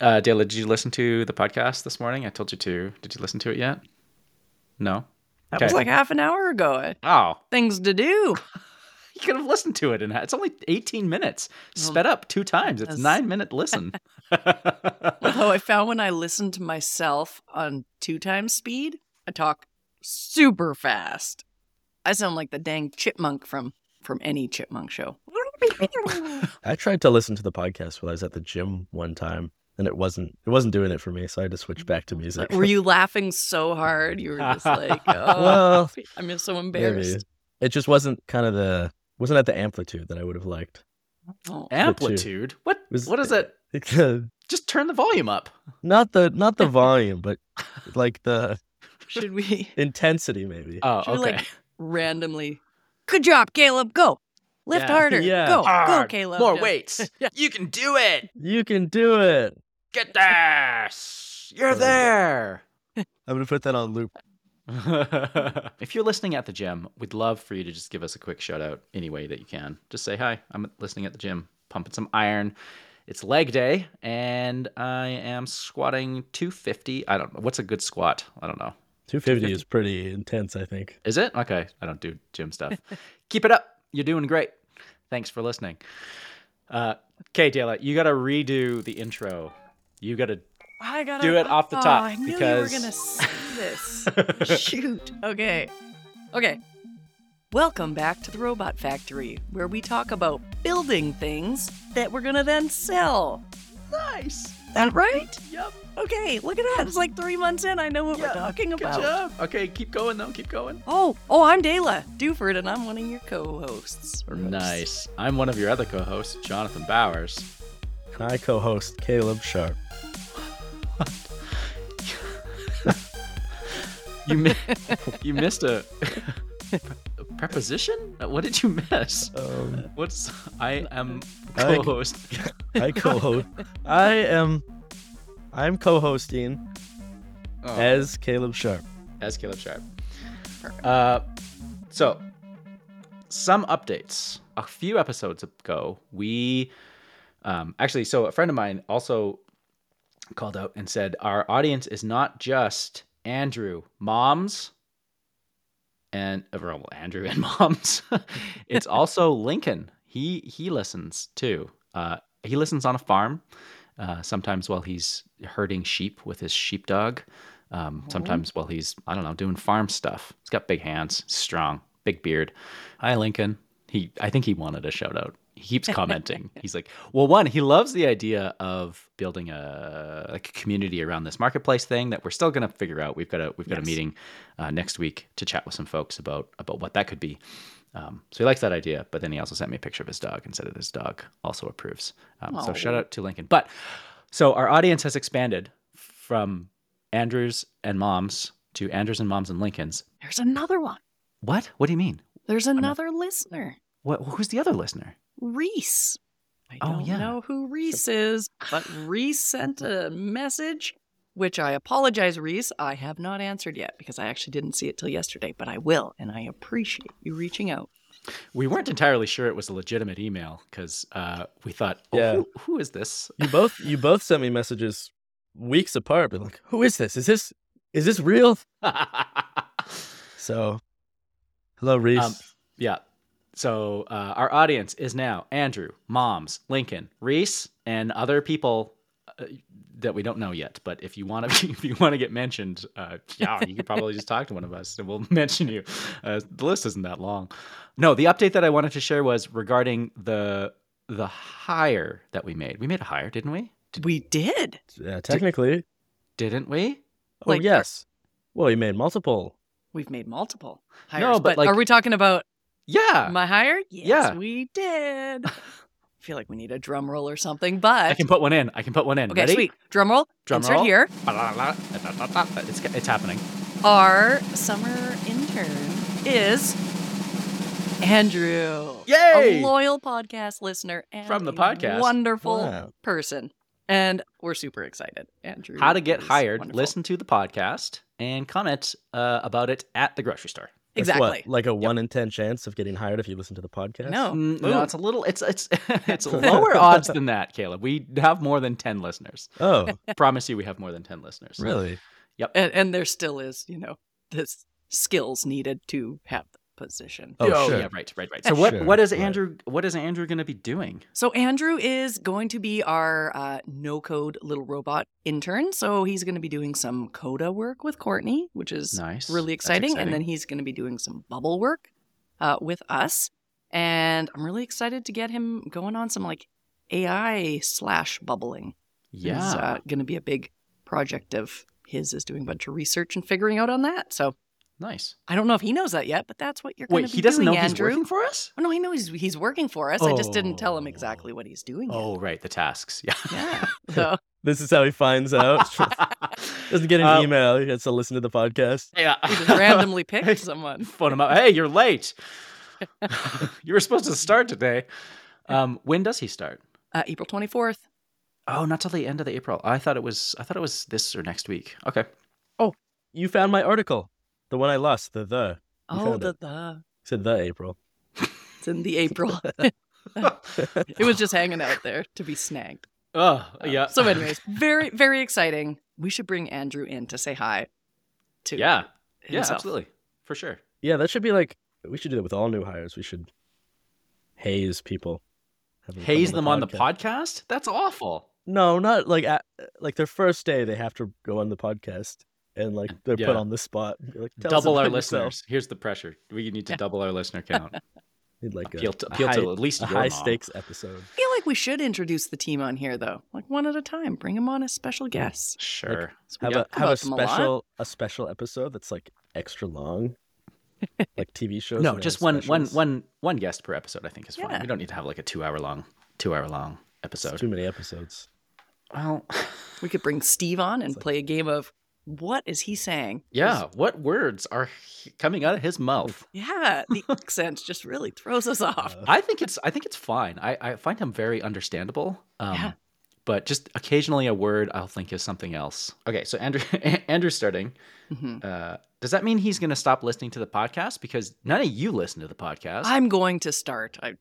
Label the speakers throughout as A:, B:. A: Uh, Dale, did you listen to the podcast this morning? I told you to. Did you listen to it yet? No.
B: That
A: Okay.
B: was like half an hour ago. uh,
A: Oh,
B: Things to do.
A: you could have listened to it, and it's only 18 minutes, sped up two times. It's
B: that's-
A: nine minute listen.
B: Although I found when I listen to myself on two times speed, I talk super fast. I sound like the dang chipmunk from from any chipmunk show.
C: I tried to listen to the podcast when I was at the gym one time, and it wasn't it wasn't doing it for me, so I had to switch back to music.
B: Like, were you laughing so hard? You were just like, oh,
C: Well,
B: I'm so
C: maybe
B: embarrassed.
C: it just wasn't kind of the wasn't at the amplitude that I would have liked.
B: Oh.
A: Amplitude? What?
C: Was-
A: what is it? Just turn the volume up.
C: not the not the volume, but like the
B: Should we
C: intensity, maybe.
A: Oh,
B: Should we,
A: okay.
B: like, randomly? Good job, Caleb. Go lift
A: Yeah.
B: harder.
C: Yeah.
B: Go, go,
A: Hard.
B: Caleb.
A: More
B: Just-
A: weights. You can do it.
C: you can do it.
A: Get there. You're
C: like it.
A: there.
C: I'm gonna put that on loop.
A: if you're listening at the gym, we'd love for you to just give us a quick shout out any way that you can. Just say, hi, I'm listening at the gym, pumping some iron. It's leg day, and I am squatting 250. I don't know. What's a good squat? I don't know.
C: 250 is pretty intense, I think.
A: Is it? Okay. I don't do gym stuff. Keep it up. You're doing great. Thanks for listening. Uh, Kay Dale, you got to redo the intro. You got to.
B: I gotta
A: Do it off the top,
B: Oh, I knew
A: because-
B: you were gonna say this. Shoot. Okay. Okay. Welcome back to the Robot Factory, where we talk about building things that we're gonna then sell.
A: Nice.
B: That right?
A: Yep.
B: Okay. Look at that. It's like three months in. I know what
A: Yeah,
B: we're talking
A: Good
B: about.
A: job. Okay, keep going though. Keep going.
B: Oh, oh, I'm Dayla Duford, and I'm one of your co-hosts. Or hosts.
A: Nice. I'm one of your other co-hosts, Jonathan Bowers.
C: My co-host Caleb Sharp.
A: You mi- you missed a, a preposition? Uh, What did you miss?
C: Um,
A: What's I am
C: I-
A: co-host.
C: I co-host. I am. I'm co-hosting
A: Oh,
C: as Caleb Sharp.
A: as Caleb Sharp. Uh, so some updates. A few episodes ago, we um, actually so a friend of mine also called out and said our audience is not just Andrew moms and uh, well Andrew and moms. it's also Lincoln. He he listens too. Uh, he listens on a farm. Uh, sometimes while he's herding sheep with his sheepdog. Um, Sometimes while he's I don't know doing farm stuff. He's got big hands, strong, big beard. Hi Lincoln. He I think he wanted a shout out. He keeps commenting. He's like, well, one, he loves the idea of building a like a community around this marketplace thing that we're still gonna figure out. We've got a we've got a
B: Yes.
A: meeting uh, next week to chat with some folks about about what that could be. Um, so he likes that idea, but then he also sent me a picture of his dog and said that his dog also approves. Um, so
B: Aw.
A: shout out to Lincoln. But so our audience has expanded from Andrews and moms to Andrews and moms and Lincolns.
B: There's another one.
A: What? What do you mean?
B: There's another listener,
A: What, who's the other listener?
B: Reese. I
A: Oh,
B: don't
A: yeah.
B: know who Reese is, but Reese sent a message, which I apologize, Reese. I have not answered yet because I actually didn't see it till yesterday, but I will, and I appreciate you reaching out.
A: We weren't entirely sure it was a legitimate email because uh, we thought, oh,
C: Yeah.
A: who, who is this?
C: You both. You both sent me messages weeks apart, but like, who is this? Is this is this real? So, hello, Reese.
A: Um, yeah. So uh, our audience is now Andrew, Moms, Lincoln, Reese, and other people uh, that we don't know yet. But if you want to, if you want to get mentioned, uh, yeah, you could probably just talk to one of us, and we'll mention you. Uh, the list isn't that long. No, the update that I wanted to share was regarding the the hire that we made. We made a hire, didn't we?
B: We did.
C: yeah, technically.
A: Didn't we?
C: Oh
B: like-
C: yes. Well, you made multiple.
B: We've made multiple hires.
A: No, but, like-
B: are we talking about
A: Yeah.
B: my hire? Yes,
A: Yeah.
B: we did. I feel like we need a drum roll or something, but
A: I can put one in. I can put one in.
B: okay,
A: Ready?
B: sweet. Drum roll.
A: Drum
B: Insert
A: roll.
B: here.
A: It's, it's happening.
B: Our summer intern is Andrew.
A: Yay!
B: A loyal podcast listener and
A: From the
B: a
A: podcast.
B: Wonderful
C: Wow.
B: person. And we're super excited. Andrew.
A: How to get
B: is
A: hired.
B: wonderful.
A: Listen to the podcast and comment uh, about it at the grocery store.
C: That's
B: Exactly.
C: What, like a one in ten chance of getting hired if you listen to the podcast.
B: No.
A: Mm,
B: Oh. Ooh.
A: no, it's a little. It's it's it's lower odds than that, Caleb. We have more than ten listeners.
C: Oh,
A: Promise you, we have more than ten listeners.
C: really?
B: and, and there still is, you know, this skills needed to have the position.
C: Oh,
A: Oh,
C: sure.
A: yeah, right, right, right. So what
C: Sure,
A: what is
C: right.
A: Andrew what is Andrew going to be doing?
B: So Andrew is going to be our uh, no-code little robot intern. So he's going to be doing some Coda work with Courtney, which is
A: Nice,
B: really
A: That's
B: exciting. And then he's going to be doing some bubble work uh, with us. And I'm really excited to get him going on some like AI slash bubbling.
A: yeah,
B: It's uh, going to be a big project of his is doing a bunch of research and figuring out on that. So
A: nice.
B: I don't know if he knows that yet, but that's what you're going
A: Wait,
B: to be
A: he doesn't
B: doing,
A: know
B: Andrew.
A: he's working for us.
B: Oh, no, he knows he's, he's working for us. I just didn't tell him
C: Oh.
B: exactly what he's doing. yet.
A: Oh, right, the tasks. Yeah,
B: Yeah. So
C: This is how he finds out. Doesn't get an
A: Uh,
C: email. He has to listen to the podcast.
A: Yeah,
B: he just randomly picked someone.
A: phone him up. Hey, you're late. you were supposed to start today. Um, when does he start?
B: Uh, April 24th.
A: Oh, not till the end of the April. I thought it was. I thought it was this or next week. Okay.
C: You found my article, the one I lost. The the You
B: Oh,
C: found
B: the, the,
C: It said the April.
B: it's in the April. it was just hanging out there to be snagged.
A: Oh,
B: Um,
A: yeah.
B: So, anyways, very, very exciting. We should bring Andrew in to say hi to
A: yeah, yeah,
B: himself.
A: absolutely, for sure.
C: Yeah, that should be like we should do that with all new hires. We should haze people. Have come
A: Haze them on the podcast. That's awful.
C: No, not like at, like their first day they have to go on the podcast and like they're
A: Yeah.
C: put on the spot. You're like, "Tell us
A: double our
C: about yourself."
A: listeners. Here's the pressure. We need to
B: Yeah.
A: double our listener count.
C: Need like a,
A: appeal to,
C: a
A: appeal
C: high,
A: to at least
C: a
A: your
C: high
A: mom.
C: stakes episode.
B: I feel like we should introduce the team on here, though, like one at a time. Bring them on as special guests.
A: Sure.
B: So we
C: Have
B: talk
C: a have a
B: about them lot.
C: special a, special episode that's like extra long, like TV shows.
A: no,
C: that
A: just
C: have
A: one, one,
C: specials.
A: one, one guest per episode. I think is fine.
B: Yeah.
A: We don't need to have like a two-hour long, two-hour long
C: It's
A: episode.
C: too many episodes.
A: Well,
B: We could bring Steve on and
C: It's like-
B: play a game of what is he saying?
A: yeah. What words are he- coming out of his mouth?
B: Yeah, the accent just really throws us off.
C: Uh,
A: I think it's. I think it's fine. I, I find him very understandable. Um,
B: Yeah.
A: But just occasionally a word I'll think is something else. Okay, so Andrew, Andrew's starting.
B: Mhm.
A: Uh, does that mean he's going to stop listening to the podcast? Because none of you listen to the podcast.
B: I'm going to start. I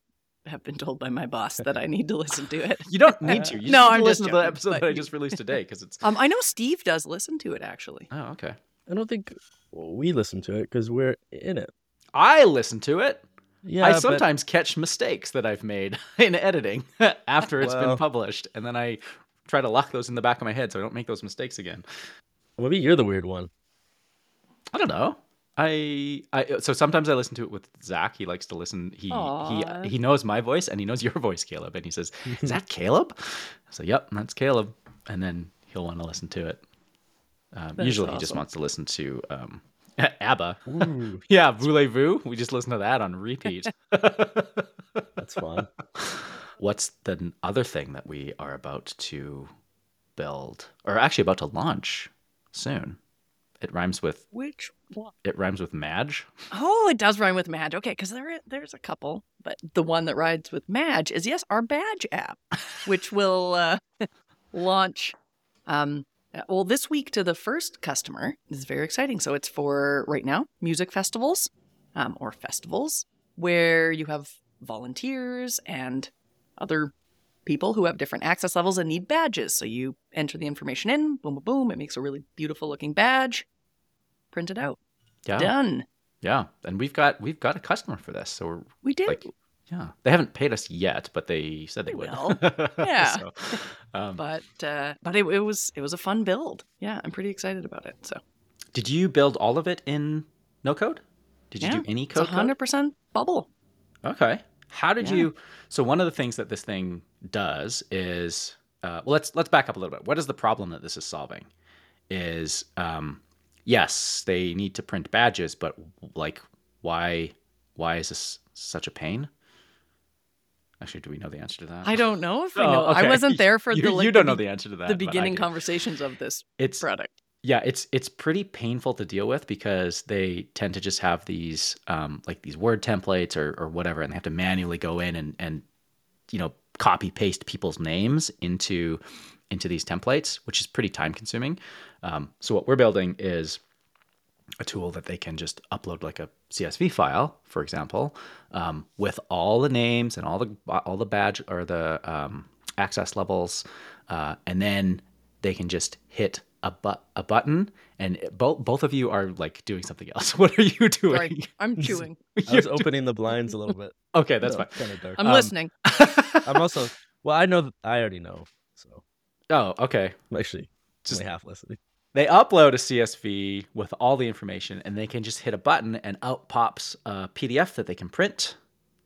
B: have been told by my boss that I need to listen to it.
A: You don't need to. You
B: No,
A: just
B: I'm
A: I'm listen
B: just
A: to the
B: joking,
A: episode
B: but-
A: that I just released today because it's.
B: Um, I know Steve does listen to it actually.
A: Oh, okay.
C: I don't think we listen to it because we're in it.
A: I listen to it.
C: Yeah,
A: I
C: but-
A: sometimes catch mistakes that I've made in editing after it's
C: Well.
A: been published, and then I try to lock those in the back of my head so I don't make those mistakes again.
C: maybe you're the weird one.
A: I don't know. I, I so sometimes I listen to it with Zach. He likes to listen. He
B: Aw.
A: he he knows my voice and he knows your voice, Caleb. And he says, "Is that Caleb?" I say, "Yep, that's Caleb." And then he'll want to listen to it. Um,
B: That's
A: usually, he just
B: awesome.
A: wants to listen to um, ABBA.
C: Ooh,
A: Yeah, voulez-vous? We just listen to that on repeat.
C: that's fun.
A: What's the n- other thing that we are about to build, or actually about to launch soon? It rhymes with
B: Which one?
A: it rhymes with Madge.
B: Oh, it does rhyme with Madge. Okay, because there there's a couple, but the one that rides with Madge is yes, our Badge app, which will uh, launch. Um, uh, well, this week to the first customer This is very exciting. So it's for right now music festivals, um, or festivals where you have volunteers and other people who have different access levels and need badges. So you enter the information in, boom, boom, boom. It makes a really beautiful looking badge. Print it out.
A: Yeah,
B: Done.
A: yeah. And we've got we've got a customer for this, so we're
B: We did.
A: like, yeah, they haven't paid us yet, but they said they,
B: They
A: would.
B: will. Yeah.
A: So, um,
B: but uh, but it, it was it was a fun build. Yeah, I'm pretty excited about it. So
A: did you build all of it in no code? Did you
B: Yeah,
A: do any
B: it's a
A: code? code?
B: hundred percent bubble.
A: Okay. How did
B: Yeah.
A: you? So one of the things that this thing does is, uh, well, let's let's back up a little bit. What is the problem that this is solving? Is um, yes, they need to print badges, but like, why why is this such a pain? Actually, do we know the answer to that?
B: I don't know if I
A: Oh,
B: know. I
A: okay.
B: wasn't there for
A: you,
B: the like,
A: you don't
B: the,
A: know the answer to that.
B: the
A: but I
B: beginning
A: do.
B: conversations of this
A: It's
B: product.
A: yeah, it's it's pretty painful to deal with because they tend to just have these um, like these word templates or or whatever, and they have to manually go in and and you know copy paste people's names into into these templates, which is pretty time consuming. Um, so what we're building is a tool that they can just upload like a CSV file, for example, um, with all the names and all the all the badge or the um, access levels, uh, and then they can just hit a but a button, and both both of you are like doing something else. What are you doing?
B: Sorry, I'm chewing.
C: I was opening the blinds a little bit.
A: Okay, that's
C: No,
A: fine.
C: Kind of dark.
B: I'm
A: Um,
B: listening.
C: I'm also well. I know. th- I already know. So
A: Oh, okay.
C: I'm actually
A: Just-
C: only half listening.
A: They upload a CSV with all the information, and they can just hit a button, and out pops a PDF that they can print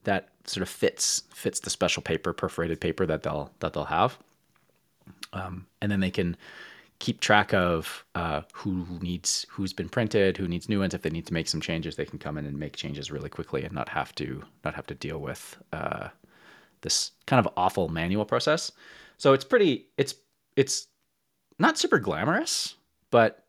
A: that sort of fits fits the special paper, perforated paper that they'll that they'll have, um, and then they can keep track of uh, who needs who's been printed, who needs new ones. If they need to make some changes, they can come in and make changes really quickly and not have to not have to deal with uh, this kind of awful manual process. So it's pretty it's it's not super glamorous, but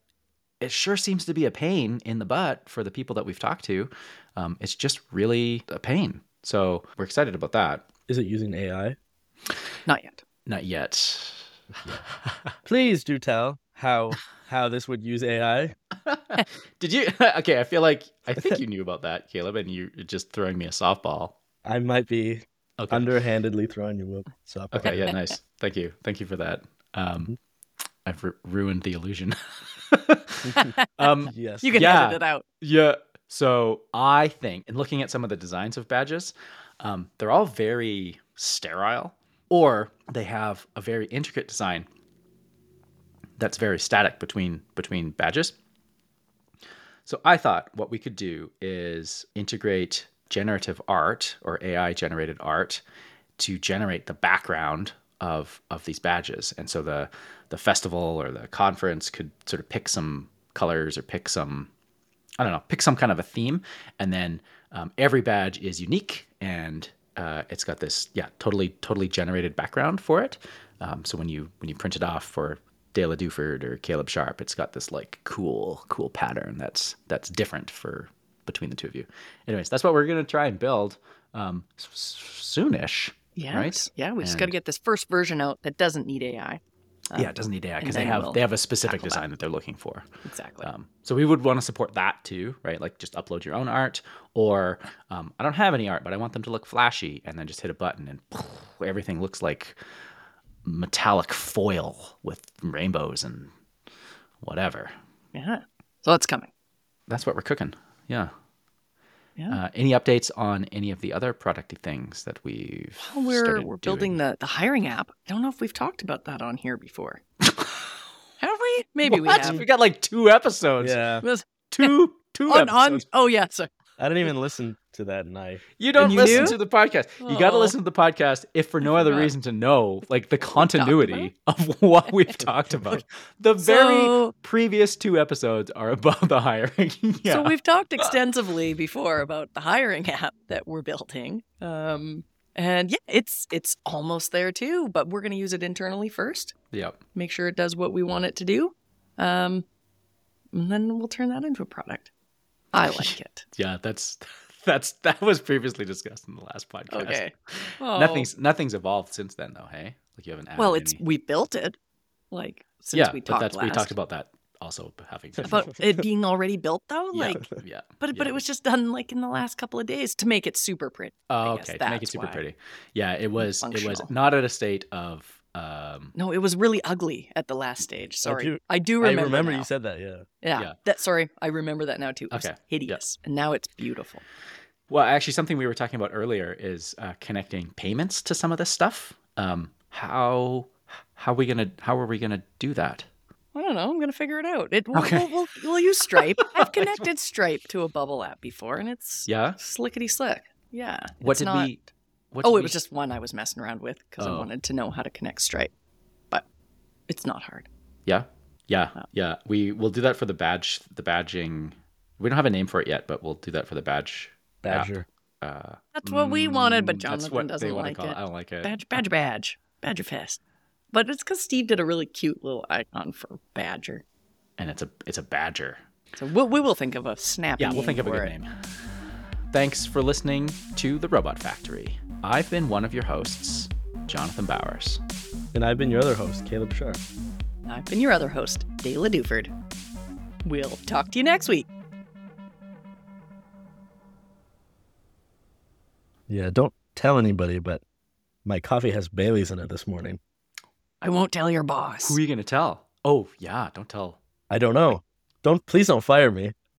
A: it sure seems to be a pain in the butt for the people that we've talked to. Um, it's just really a pain. So we're excited about that.
C: Is it using AI?
B: Not yet.
A: Not yet.
C: Please do tell how how this would use AI.
A: Did you? Okay, I feel like I think you knew about that, Caleb, and you're just throwing me a softball.
C: I might be
A: Okay.
C: underhandedly throwing you up. So
A: okay. Yeah. Nice. Thank you. Thank you for that. Um, I've ru- ruined the illusion. um,
C: Yes.
B: You can
A: Yeah.
B: edit it out.
A: Yeah. So I think, and looking at some of the designs of badges, um, they're all very sterile, or they have a very intricate design that's very static between between badges. So I thought what we could do is integrate generative art or AI generated art to generate the background of of these badges. And so the the festival or the conference could sort of pick some colors or pick some I don't know, pick some kind of a theme, and then um, every badge is unique, and uh, it's got this yeah totally totally generated background for it. Um, so when you when you print it off for Dale Duford or Caleb Sharp, it's got this like cool cool pattern that's that's different for between the two of you. Anyways, that's what we're gonna try and build um, s- s- soonish.
B: Yeah.
A: Right?
B: Yeah. We just
A: And-
B: got to get this first version out that doesn't need AI.
A: yeah, it doesn't need AI because
B: Uh, and
A: they
B: then
A: have
B: we'll
A: they have a specific
B: tackle that.
A: design that they're looking for.
B: Exactly.
A: Um, so we would want to support that too, right? Like just upload your own art, or um, I don't have any art, but I want them to look flashy, and then just hit a button and everything looks like metallic foil with rainbows and whatever.
B: yeah. So that's coming.
A: That's what we're cooking. Yeah.
B: Yeah.
A: Uh, any updates on any of the other producty things that we've?
B: Well, we're
A: started
B: we're
A: doing?
B: building the, the hiring app. I don't know if we've talked about that on here before. have we? Maybe
A: What?
B: we have.
A: We got like two episodes.
C: Yeah.
B: This-
A: Two two
B: on, on,
A: episodes.
B: oh, yeah. Sorry.
C: I didn't even listen to that, and I
A: You don't
B: you
A: listen
B: knew?
A: to the podcast. You got to
B: Oh.
A: listen to the podcast if for no other
B: forgot.
A: reason to know like the
B: talked about?
A: continuity of what we've talked about. The very
B: So,
A: previous two episodes are about the hiring. yeah.
B: so we've talked extensively before about the hiring app that we're building. Um, and yeah, it's it's almost there too, but we're going to use it internally first.
A: Yep.
B: Make sure it does what we want it to do. Um, and then we'll turn that into a product. I like it.
A: Yeah, that's that's that was previously discussed in the last podcast.
B: Okay. Oh.
A: Nothing's nothing's evolved since then though, hey? Like you haven't added
B: Well, it's
A: any-
B: we built it, like since
A: Yeah,
B: we
A: but
B: talked
A: that's
B: last.
A: we talked about that also having to
B: about it being already built though,
A: Yeah.
B: like.
A: yeah.
B: But but
A: yeah.
B: it was just done like in the last couple of days to make it super print.
A: Oh,
B: I guess
A: okay. To make it
B: that's
A: super
B: why.
A: pretty. Yeah, it was it was
B: Functional.
A: not at a state of um
B: No, it was really ugly at the last stage. Sorry, I
C: do-
B: do,
C: I
B: remember.
C: remember
B: now.
C: you said that. Yeah.
B: yeah,
A: yeah.
B: That sorry, I remember that now too. It was
A: Okay, yeah.
B: hideous, and now it's beautiful.
A: Well, actually, something we were talking about earlier is uh, connecting payments to some of this stuff. Um, how how we gonna how are we gonna do that?
B: I don't know. I'm gonna figure it out. It we'll,
A: Okay.
B: we'll, we'll, we'll use Stripe. I've connected Stripe to a bubble app before, and it's
A: Yeah.
B: slickety slick. Yeah.
A: What
B: it's
A: did
B: not-
A: we? What
B: Oh,
A: did
B: it
A: we-
B: was just one I was messing around with because
A: Oh.
B: I wanted to know how to connect Stripe, but it's not hard.
A: yeah, yeah,
B: Oh.
A: yeah. We will do that for the badge, the badging. We don't have a name for it yet, but we'll do that for the badge. app.
C: Badger.
A: Uh,
B: That's what we wanted, but
A: mm, that's
B: Jonathan
A: what they
B: doesn't
A: wanna
B: like
A: call
B: it.
A: I don't like it. Uh.
B: Badge, badge, badge, badger fest. But it's because Steve did a really cute little icon for badger.
A: And it's a it's a badger.
B: So we'll, we will think of a snappy.
A: Yeah, we'll think of a
B: for
A: good
B: it.
A: name. Thanks for listening to the Robot Factory. I've been one of your hosts, Jonathan Bowers.
C: And I've been your other host, Caleb Sharp.
B: I've been your other host, Dayla Duford. We'll talk to you next week.
C: Yeah, don't tell anybody, but my coffee has Bailey's in it this morning.
B: I won't tell your boss.
A: Who are you going to tell? Oh, yeah, don't tell.
C: I don't know. Don't please don't fire me.